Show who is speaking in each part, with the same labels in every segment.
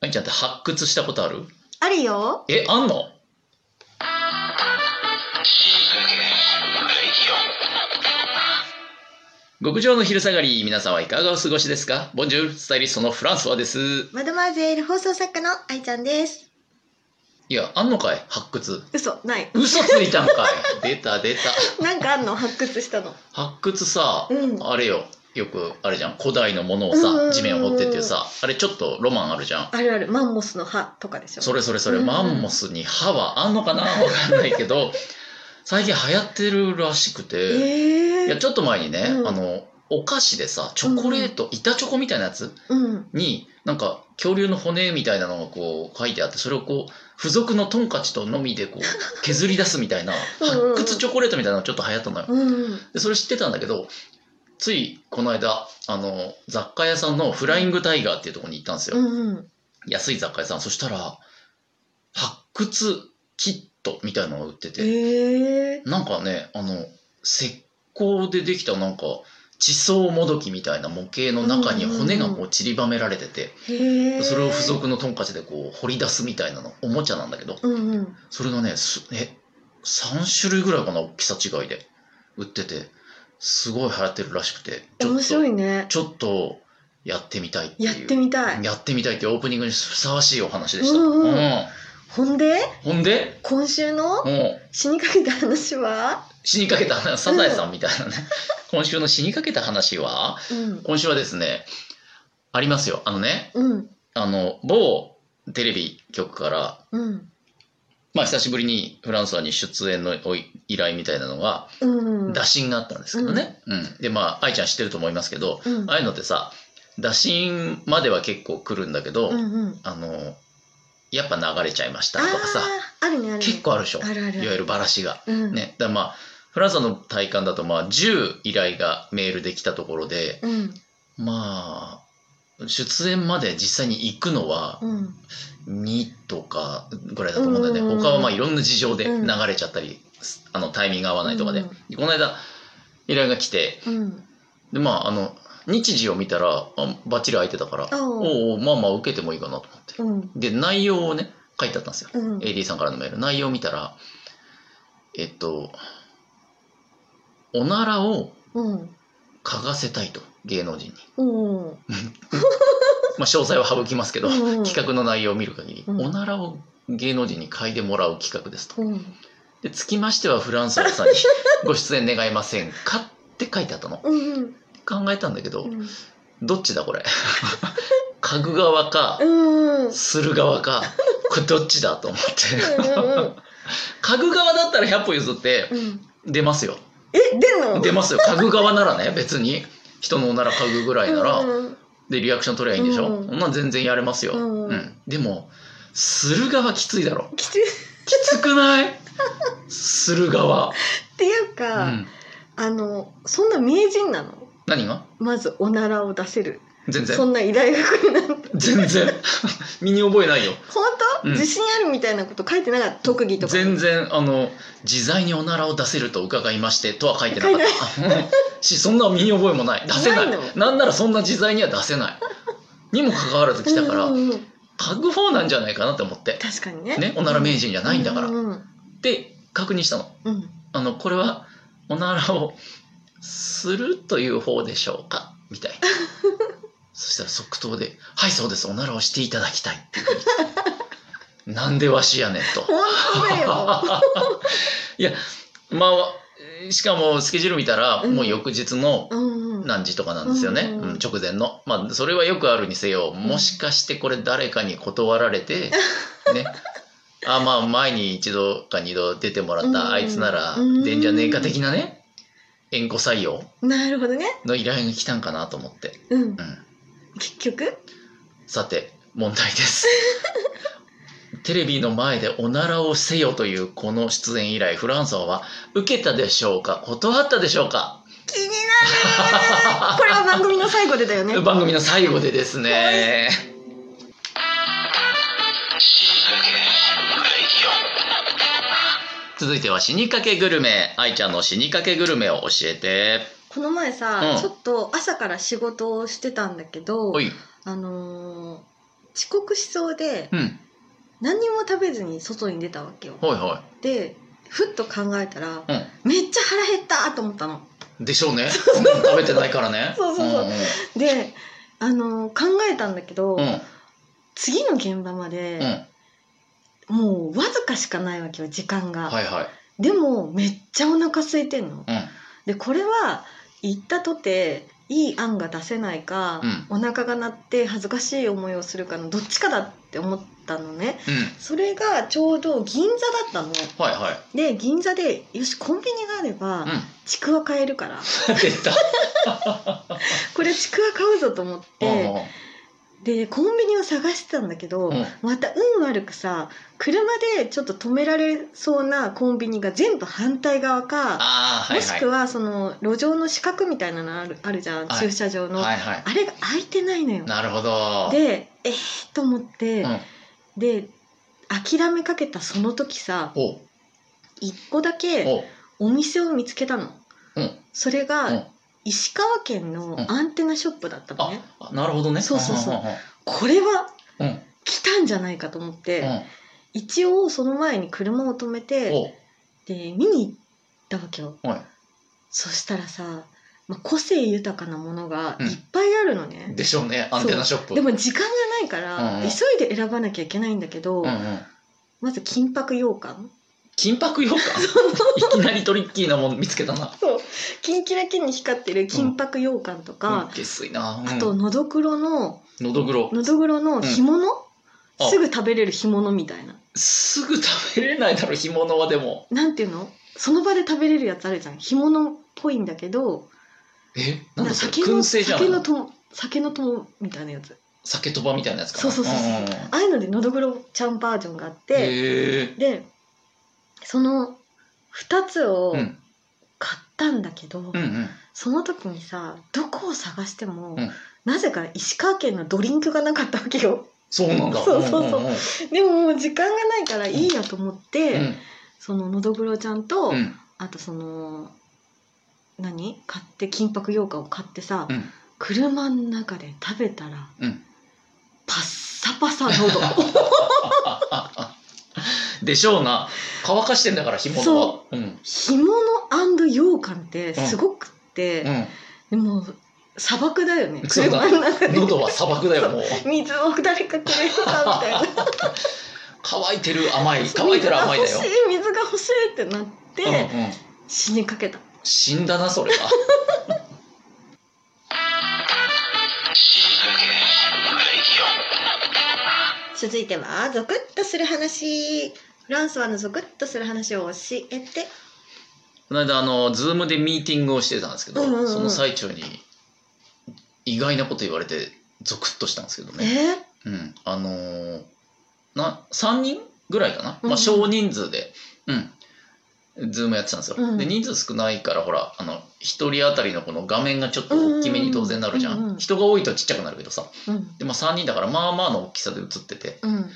Speaker 1: あいちゃんって発掘したことある
Speaker 2: あるよ。
Speaker 1: え、あんの極上の昼下がり、皆さんはいかがお過ごしですかボンジュール、スタイリストのフランスワです。
Speaker 2: マドマーゼール放送作家の愛ちゃんです。
Speaker 1: いや、あんのかい発掘。
Speaker 2: 嘘、ない。
Speaker 1: 嘘つい たんかい出た出た。
Speaker 2: なんかあんの発掘したの。
Speaker 1: 発掘さ、
Speaker 2: うん
Speaker 1: あれよ。よくあれじゃん古代のものを
Speaker 2: うんうん
Speaker 1: さ
Speaker 2: うん
Speaker 1: 地面を掘ってってさあれちょっとロマンあるじゃん
Speaker 2: あるある、マンモスの歯とかでしょ。
Speaker 1: それそれそれ、
Speaker 2: うんうん
Speaker 1: マンモスに歯はあんのか なわかんないけど最近流行ってるらしくて、
Speaker 2: え
Speaker 1: い
Speaker 2: え
Speaker 1: やちょっと前にね、
Speaker 2: うん
Speaker 1: あのお菓子でさチョコレート、板チョコみたいなやつ
Speaker 2: うん。
Speaker 1: になんか恐竜の骨みたいなのがこう書いてあってそれをこう付属のトンカチとのみでこう削り出すみたいな
Speaker 2: うんうんうん
Speaker 1: 発掘チョコレートみたいなのちょっと流行ったのよ。
Speaker 2: うん。
Speaker 1: でそれ知ってたんだけどついこの間あの雑貨屋さんのフライングタイガーっていうところに行ったんですよ。
Speaker 2: うん。
Speaker 1: 安い雑貨屋さんそしたら発掘キットみたいなのが売ってて、
Speaker 2: ええ
Speaker 1: なんかねあの石膏でできたなんか地層もどきみたいな模型の中に
Speaker 2: うんうんうん
Speaker 1: 骨がこう散りばめられてて、
Speaker 2: へえ。
Speaker 1: それを付。属のトンカチでこう掘り出すみたいなのおもちゃなんだけど
Speaker 2: うんうん。
Speaker 1: それがねすえ3種類ぐらいかな大きさ違いで売っててすごい流行ってるらしくてちょ
Speaker 2: 面
Speaker 1: っ
Speaker 2: 白
Speaker 1: と
Speaker 2: いね。
Speaker 1: ちょっとやってみたいっていう
Speaker 2: やってみたい。
Speaker 1: やってみたいっていうオープニングにふさわしいお話でした。
Speaker 2: うんうん
Speaker 1: うん
Speaker 2: ほんで、
Speaker 1: ほんで、
Speaker 2: 今週
Speaker 1: も
Speaker 2: の
Speaker 1: う
Speaker 2: 死にかけた話は。
Speaker 1: 死にかけた話、サザエさんみたいなね。 今週の死にかけた話は、
Speaker 2: うん。
Speaker 1: 今週はですね、ありますよ。あのね、
Speaker 2: うん。
Speaker 1: あの、某テレビ局から、
Speaker 2: うん。
Speaker 1: まあ久しぶりにフランスワに出演のおい依頼みたいなのが、
Speaker 2: うん。
Speaker 1: 打診があったんですけどね。うん。で、まあ、愛ちゃん知ってると思いますけど、
Speaker 2: うん
Speaker 1: あ。あいうのってさ、打診までは結構来るんだけど、
Speaker 2: うんうん。
Speaker 1: あの、やっぱ流れちゃいました
Speaker 2: あ
Speaker 1: とかさ、
Speaker 2: あー、あるね、あるね。
Speaker 1: 結構あるでしょ。
Speaker 2: あるある。
Speaker 1: いわゆるバラシが。
Speaker 2: うん。。
Speaker 1: ね、だからまあフランスの体感だとまあ10依頼がメールできたところで
Speaker 2: うん。
Speaker 1: まあ出演まで実際に行くのは
Speaker 2: うん。
Speaker 1: 2とかぐらいだと思うんだよね、
Speaker 2: うんうんうん
Speaker 1: 他はまあいろんな事情で
Speaker 2: う
Speaker 1: 流
Speaker 2: ん
Speaker 1: れちゃったり、あのタイミング合わないとかで、
Speaker 2: うん
Speaker 1: でこの間依頼が来て
Speaker 2: うん。
Speaker 1: でまああの日時を見たらあバッチリ空いてたから
Speaker 2: おう
Speaker 1: おうおうまあまあ受けてもいいかなと思って
Speaker 2: うん。
Speaker 1: で内容をね書いてあったんですよ
Speaker 2: うん。
Speaker 1: AD さんからのメール内容を見たらえっとおならを
Speaker 2: うん。
Speaker 1: 嗅がせたいと芸能人に、
Speaker 2: うん。
Speaker 1: まあ、詳細は省きますけど、
Speaker 2: うん
Speaker 1: 企画の内容を見る限り、
Speaker 2: うん
Speaker 1: おならを芸能人に嗅いでもらう企画ですと
Speaker 2: うん。
Speaker 1: でつきましてはフランスワさんに ご出演願いませんかって書いてあったの
Speaker 2: うん。
Speaker 1: 考えたんだけど、
Speaker 2: うん。
Speaker 1: どっちだこれ 嗅ぐ側か
Speaker 2: うん。
Speaker 1: する側かこれどっちだと思って
Speaker 2: うんうんうん
Speaker 1: 嗅ぐ側だったら100歩譲って
Speaker 2: うん。
Speaker 1: 出ますよ
Speaker 2: え、出んの
Speaker 1: 出ますよ嗅ぐ側ならね別に人のおなら嗅ぐぐらいなら、
Speaker 2: うん
Speaker 1: でリアクション取りゃいいんでしょ、
Speaker 2: うん
Speaker 1: そんなん全然やれますよ、
Speaker 2: うん
Speaker 1: でもする側きついだろ
Speaker 2: きつい。っ
Speaker 1: きつくない する側、
Speaker 2: ていう
Speaker 1: う
Speaker 2: か、
Speaker 1: ん、
Speaker 2: あの、そんな名人なの
Speaker 1: 何が
Speaker 2: まずおならを出せる。
Speaker 1: 全
Speaker 2: そ
Speaker 1: 然
Speaker 2: んな依頼が来るなんて。
Speaker 1: 全然 身に覚えないよ
Speaker 2: 本当、
Speaker 1: うん
Speaker 2: 自信あるみたいなこと書いてなかった。特技とか。
Speaker 1: 全然あの自在におならを出せると伺いましてとは書いてなかったうん しそんな身に覚えもない出せない
Speaker 2: ないの
Speaker 1: なんならそんな自在には出せないにもかかわらず来たから、
Speaker 2: うんうんうん
Speaker 1: 嗅ぐ方なんじゃないかなって思って
Speaker 2: 確かにね。
Speaker 1: ね、おなら名人じゃないんだから。
Speaker 2: う
Speaker 1: で
Speaker 2: んうん
Speaker 1: 確認したの。
Speaker 2: うん。
Speaker 1: あの、これは、おならをするという方でしょうかみ たいな。そしたら即答で、はい、そうです、おならをしていただきたいっていうふうに来て。なんでわしやねんと。
Speaker 2: 本当だよ。
Speaker 1: いや、まあ、しかもスケジュール見たら、
Speaker 2: うん
Speaker 1: もう翌日の
Speaker 2: うんうん。
Speaker 1: 何時とかなんですよね、
Speaker 2: うんうん
Speaker 1: うん直前のまあそれはよくあるにせよもしかしてこれ誰かに断られ て、ねあまあ前に一度か二度出てもらったあいつなら
Speaker 2: うん
Speaker 1: 出んじゃねえか的なね縁故採用
Speaker 2: なるほどね。
Speaker 1: の依頼が来たんかなと思って、
Speaker 2: うん
Speaker 1: う。ん、
Speaker 2: 結局
Speaker 1: さて問題です テレビの前でおならをせよというこの出演以来フランソワは受けたでしょうか断ったでしょうか
Speaker 2: 気になるこれは番組の最後でだよね
Speaker 1: 番組の最後でですね続いては死にかけグルメ愛ちゃんの死にかけグルメを教えて
Speaker 2: この前さ、
Speaker 1: うん
Speaker 2: ちょっと朝から仕事をしてたんだけど
Speaker 1: おい
Speaker 2: あのー遅刻しそうで
Speaker 1: うん。
Speaker 2: 何にも食べずに外に出たわけよ
Speaker 1: はいは
Speaker 2: でふっと考えたら
Speaker 1: い。
Speaker 2: めっちゃ腹減ったと思ったの
Speaker 1: うん。でしょうね。うん食べてないからね。
Speaker 2: そうそうそうであの考えたんだけ
Speaker 1: う
Speaker 2: ど、
Speaker 1: んうん。
Speaker 2: 次の現場ま
Speaker 1: うん。
Speaker 2: で、
Speaker 1: は
Speaker 2: もうわずかしかないわけよ時間が、
Speaker 1: いはい。
Speaker 2: でもめっちゃお腹空いてんの
Speaker 1: うん。
Speaker 2: でこれは行ったとていい案が出せないか、お腹が鳴って恥ずかしい思いをするかのどっちかだって思ったのね
Speaker 1: うん。
Speaker 2: それがちょうど銀座だったの
Speaker 1: はいはい。
Speaker 2: で銀座でよしコンビニがあれば、
Speaker 1: うん。
Speaker 2: ちくわ買えるから
Speaker 1: 出た。
Speaker 2: これちくわ買うぞと思っ
Speaker 1: うんう
Speaker 2: てでコンビニを探してたんだけど、
Speaker 1: んうん。
Speaker 2: また運悪くさ車でちょっと止められそうなコンビニが全部反対側か
Speaker 1: ああ、は
Speaker 2: も
Speaker 1: いは
Speaker 2: し
Speaker 1: い
Speaker 2: く。はその路上の四角みたいなのあるあるじゃん、
Speaker 1: はい
Speaker 2: 駐車場の、
Speaker 1: はいはい。
Speaker 2: あれが空いてないのよ。
Speaker 1: なるほど。
Speaker 2: でえー、と思って、
Speaker 1: うん。
Speaker 2: で諦めかけたその時さ
Speaker 1: おう
Speaker 2: 一個だけ
Speaker 1: おう
Speaker 2: お店を見つけたの、
Speaker 1: うん
Speaker 2: それ
Speaker 1: うん
Speaker 2: が石川県
Speaker 1: ん
Speaker 2: のアンテナショップだったのね、
Speaker 1: あ、なるほどね。
Speaker 2: そうそうそうん
Speaker 1: んんん
Speaker 2: これは
Speaker 1: うん。
Speaker 2: 来たんじゃないかと思って、
Speaker 1: うん。
Speaker 2: 一応その前に車を止めて
Speaker 1: おう
Speaker 2: で見に行ったわけよ
Speaker 1: は
Speaker 2: そしたらさ、まあ、個性豊かなものが
Speaker 1: うん
Speaker 2: いっぱいあるの
Speaker 1: い。
Speaker 2: ね、
Speaker 1: でしょうね。アンテナショップ。
Speaker 2: でも時間がないから、
Speaker 1: うんうん
Speaker 2: 急いで選ばなきゃいけないんだけど、
Speaker 1: うんうん。
Speaker 2: まず金箔羊羹
Speaker 1: 金箔羊羹。いきなりトリッキーなもの見つけたな。
Speaker 2: そう金キラキンに光ってる金箔羊羹と
Speaker 1: うん
Speaker 2: か、
Speaker 1: 下水な。うん
Speaker 2: あとのどくろの
Speaker 1: のどぐろ。
Speaker 2: のどぐろの干物、
Speaker 1: あ
Speaker 2: すぐ食べれる干物みたいな
Speaker 1: すぐ食べれないだろ干物はでも。
Speaker 2: なんていうのその場で食べれるやつあるじゃん干物っぽいんだけど
Speaker 1: え、なんだそれ。
Speaker 2: 酒の
Speaker 1: 燻製じゃん。
Speaker 2: 酒のとも酒のともみたいなやつ
Speaker 1: 酒とばみたいなやつかな。
Speaker 2: そうそうそうそう
Speaker 1: うんんん
Speaker 2: ああいうのでのどぐろちゃんバージョンがあって
Speaker 1: へえ。
Speaker 2: でその2つを
Speaker 1: うん
Speaker 2: 買ったんだけど、
Speaker 1: うんうん。
Speaker 2: その時にさどこを探しても、
Speaker 1: うん
Speaker 2: なぜか石川県のドリンクがなかったわけよ
Speaker 1: そうなんだ。
Speaker 2: そうそうそうん
Speaker 1: んんん
Speaker 2: でももう時間がないからいいやと思って、
Speaker 1: うん
Speaker 2: そののどぐろちゃんと、
Speaker 1: うん
Speaker 2: あとその何買って金箔羊羹を買ってさ、
Speaker 1: うん
Speaker 2: 車の中で食べたら、
Speaker 1: うん
Speaker 2: パッサパサ喉
Speaker 1: でしょうな乾かしてんだから干物は、
Speaker 2: そう
Speaker 1: ん
Speaker 2: 干物羊羹ってすごくって、でも砂漠だよね
Speaker 1: そうだ
Speaker 2: 車の中
Speaker 1: うん、
Speaker 2: で
Speaker 1: 喉は砂漠だよもう
Speaker 2: 水を誰かくれるかみたいな
Speaker 1: 乾いてる甘い乾いてる甘いだよ
Speaker 2: 水が、欲しい水が欲しいってなって、
Speaker 1: うんうん、
Speaker 2: 死にかけた
Speaker 1: 死んだなそれ は
Speaker 2: 続いてはゾクッとする話フランスはのゾクッとする話を教えて
Speaker 1: この間あのズームでミーティングをしてたんですけど、
Speaker 2: うんうんうん
Speaker 1: その最中に意外なこと言われてゾクッとしたんですけどね、
Speaker 2: え
Speaker 1: うん、あのーな3人ぐらいかな、
Speaker 2: うん
Speaker 1: まあ、少人数で、うん、ズームやってたんですよ、
Speaker 2: うん
Speaker 1: で人数少ないからほらあの1人当たりのこの画面がちょっと大きめに当然なるじゃん、
Speaker 2: うんうんうん
Speaker 1: 人が多いとちっちゃくなるけどさ
Speaker 2: うん
Speaker 1: で、まあ、3人だからまあまあの大きさで映ってて
Speaker 2: うん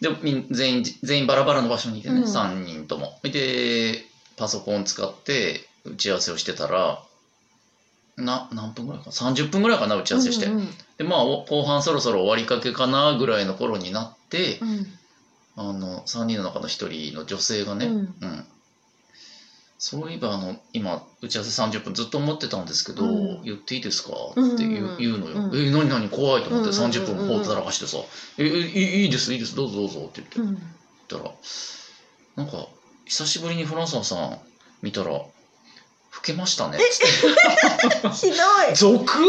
Speaker 1: でみん全員全員バラバラの場所にいてね、
Speaker 2: うん
Speaker 1: 3人ともでパソコン使って打ち合わせをしてたらな何分ぐらいか30分ぐらいかな打ち合わせして、
Speaker 2: うんうん
Speaker 1: でまあお後半そろそろ終わりかけかなぐらいの頃になって、
Speaker 2: うん
Speaker 1: あの3人の中の1人の女性がね、うん
Speaker 2: うん
Speaker 1: そういえばあの今打ち合わせ30分ずっと思ってたんですけど、
Speaker 2: うん
Speaker 1: 言っていいですか?」
Speaker 2: うんうん
Speaker 1: って言う言うのよ「
Speaker 2: うん
Speaker 1: え何何怖い」と思って
Speaker 2: うんうんうんうん
Speaker 1: 30分放置だらかしてさ「ええいいいいですいいですどうぞどうぞ」って
Speaker 2: う
Speaker 1: 言っ
Speaker 2: ん
Speaker 1: てたらなんか久しぶりにフランソンさん見たら「老けましたね」つって
Speaker 2: ひどい
Speaker 1: 「 俗!」
Speaker 2: ひ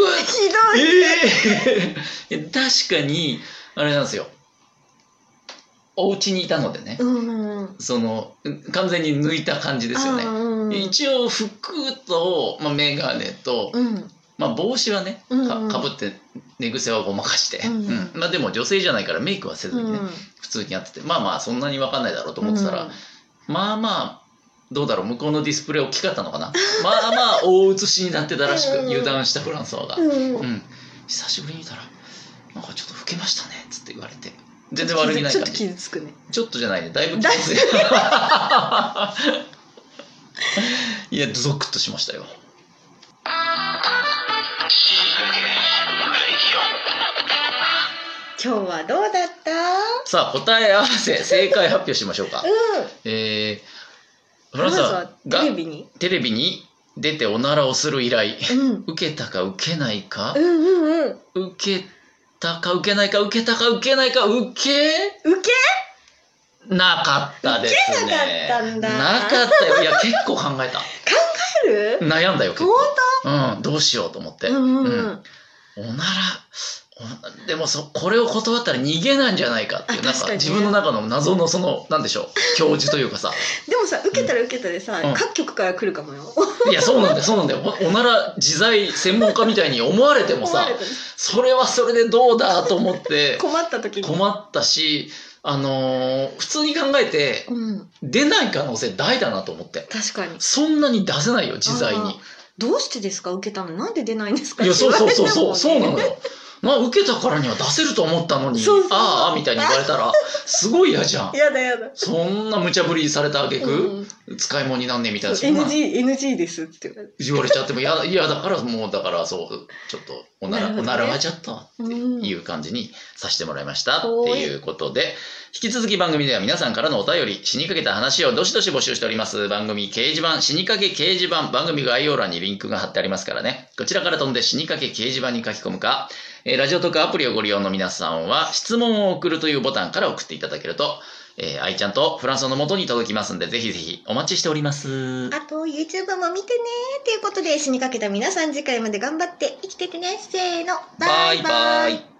Speaker 1: え
Speaker 2: どい
Speaker 1: えいや確かにあれなんですよお家にいたのでね、
Speaker 2: うんうんうん
Speaker 1: そのうん完全に抜いた感じですよ
Speaker 2: あ
Speaker 1: ね。
Speaker 2: ーうんうん
Speaker 1: 一応服と、まあ、メガネと、
Speaker 2: うん
Speaker 1: まあ、帽子はね
Speaker 2: うん
Speaker 1: か
Speaker 2: うん
Speaker 1: かぶって寝癖はごまかして、
Speaker 2: うんうん
Speaker 1: うんまあ、でも女性じゃないからメイクはせずにね、
Speaker 2: うん
Speaker 1: 普通にやっててまあまあそんなに分かんないだろうと思ってたら、まあまあどうだろう向こうのディスプレイ大きかったのかなまあまあ大写しになってたらしく
Speaker 2: うんうん
Speaker 1: 油断したフランソワが
Speaker 2: う、ん
Speaker 1: うん久しぶりに見たらなんかちょっと老けましたねっつって言われて全然悪気ない
Speaker 2: ち
Speaker 1: 感
Speaker 2: ょっと
Speaker 1: じ
Speaker 2: 傷つくね
Speaker 1: ちょっとじゃないね、だいぶきつい。いや、ゾクッとしましたよ。
Speaker 2: 今日はどうだった。
Speaker 1: さあ答え合わせ正解発表しましょうか
Speaker 2: うん
Speaker 1: えー、フラ
Speaker 2: ま
Speaker 1: ン
Speaker 2: ず
Speaker 1: ス
Speaker 2: は
Speaker 1: は
Speaker 2: テ
Speaker 1: が
Speaker 2: レビに
Speaker 1: テレビに出ておならをする依頼
Speaker 2: うん
Speaker 1: 受けたか受けないか
Speaker 2: う、んうんうん受
Speaker 1: 受けたか受けないか受けたか受けないか受け
Speaker 2: け
Speaker 1: なかったですね
Speaker 2: 受けなかったんだ
Speaker 1: なかったよいや結構考えた
Speaker 2: る
Speaker 1: 悩んだよ結
Speaker 2: 本
Speaker 1: 構うんどうしようと思って、
Speaker 2: 当うんう
Speaker 1: う
Speaker 2: んう
Speaker 1: ん
Speaker 2: ん
Speaker 1: おならおでもそこれを断ったら逃げなんじゃないかっていう
Speaker 2: あ
Speaker 1: なん
Speaker 2: 確
Speaker 1: か
Speaker 2: かにね
Speaker 1: 自分の中の謎のそのなんでしょう教授というかさ
Speaker 2: でもさ受けたら受けたでさ、
Speaker 1: うん
Speaker 2: 各局から来るかもよ
Speaker 1: いやそうなんだよそうなんだよおおなら自在専門家みたいに思われても
Speaker 2: 思わ
Speaker 1: さ
Speaker 2: れてる
Speaker 1: それはそれでどうだと思って
Speaker 2: 困った時に
Speaker 1: 困ったしあのー普通に考えて
Speaker 2: うん
Speaker 1: 出ない可能性大だなと思って
Speaker 2: 確かに
Speaker 1: そんなに出せないよ自在に
Speaker 2: どうしてですか受けたのなんで出ないんですか
Speaker 1: いやそうそうそうそうそうな
Speaker 2: の
Speaker 1: のよまあ受けたからには出せると思ったのに
Speaker 2: そうそう
Speaker 1: ああああみたいに言われたらすごい嫌じゃん
Speaker 2: やだやだ
Speaker 1: そんな無茶ぶりされた挙句、
Speaker 2: うん
Speaker 1: 使い物になんねえみたいなそんな
Speaker 2: NG, NG ですって言われて
Speaker 1: 言われちゃっても嫌だ嫌だからもうだからそうちょっとおなら
Speaker 2: なるほ
Speaker 1: お
Speaker 2: どね
Speaker 1: ならがちゃったっていう感じにさせてもらいました、
Speaker 2: うん
Speaker 1: っていうことで引き続き番組では皆さんからのお便り死にかけた話をどしどし募集しております番組掲示板死にかけ掲示板番組概要欄にリンクが貼ってありますからねこちらから飛んで死にかけ掲示板に書き込むかえーラジオトークアプリをご利用の皆さんは質問を送るというボタンから送っていただけるとえー、愛ちゃんとフランスの元に届きますんで、ぜひぜひお待ちしております。
Speaker 2: あと YouTube も見てねということで死にかけた皆さん次回まで頑張って生きててねせーの
Speaker 1: バイバイ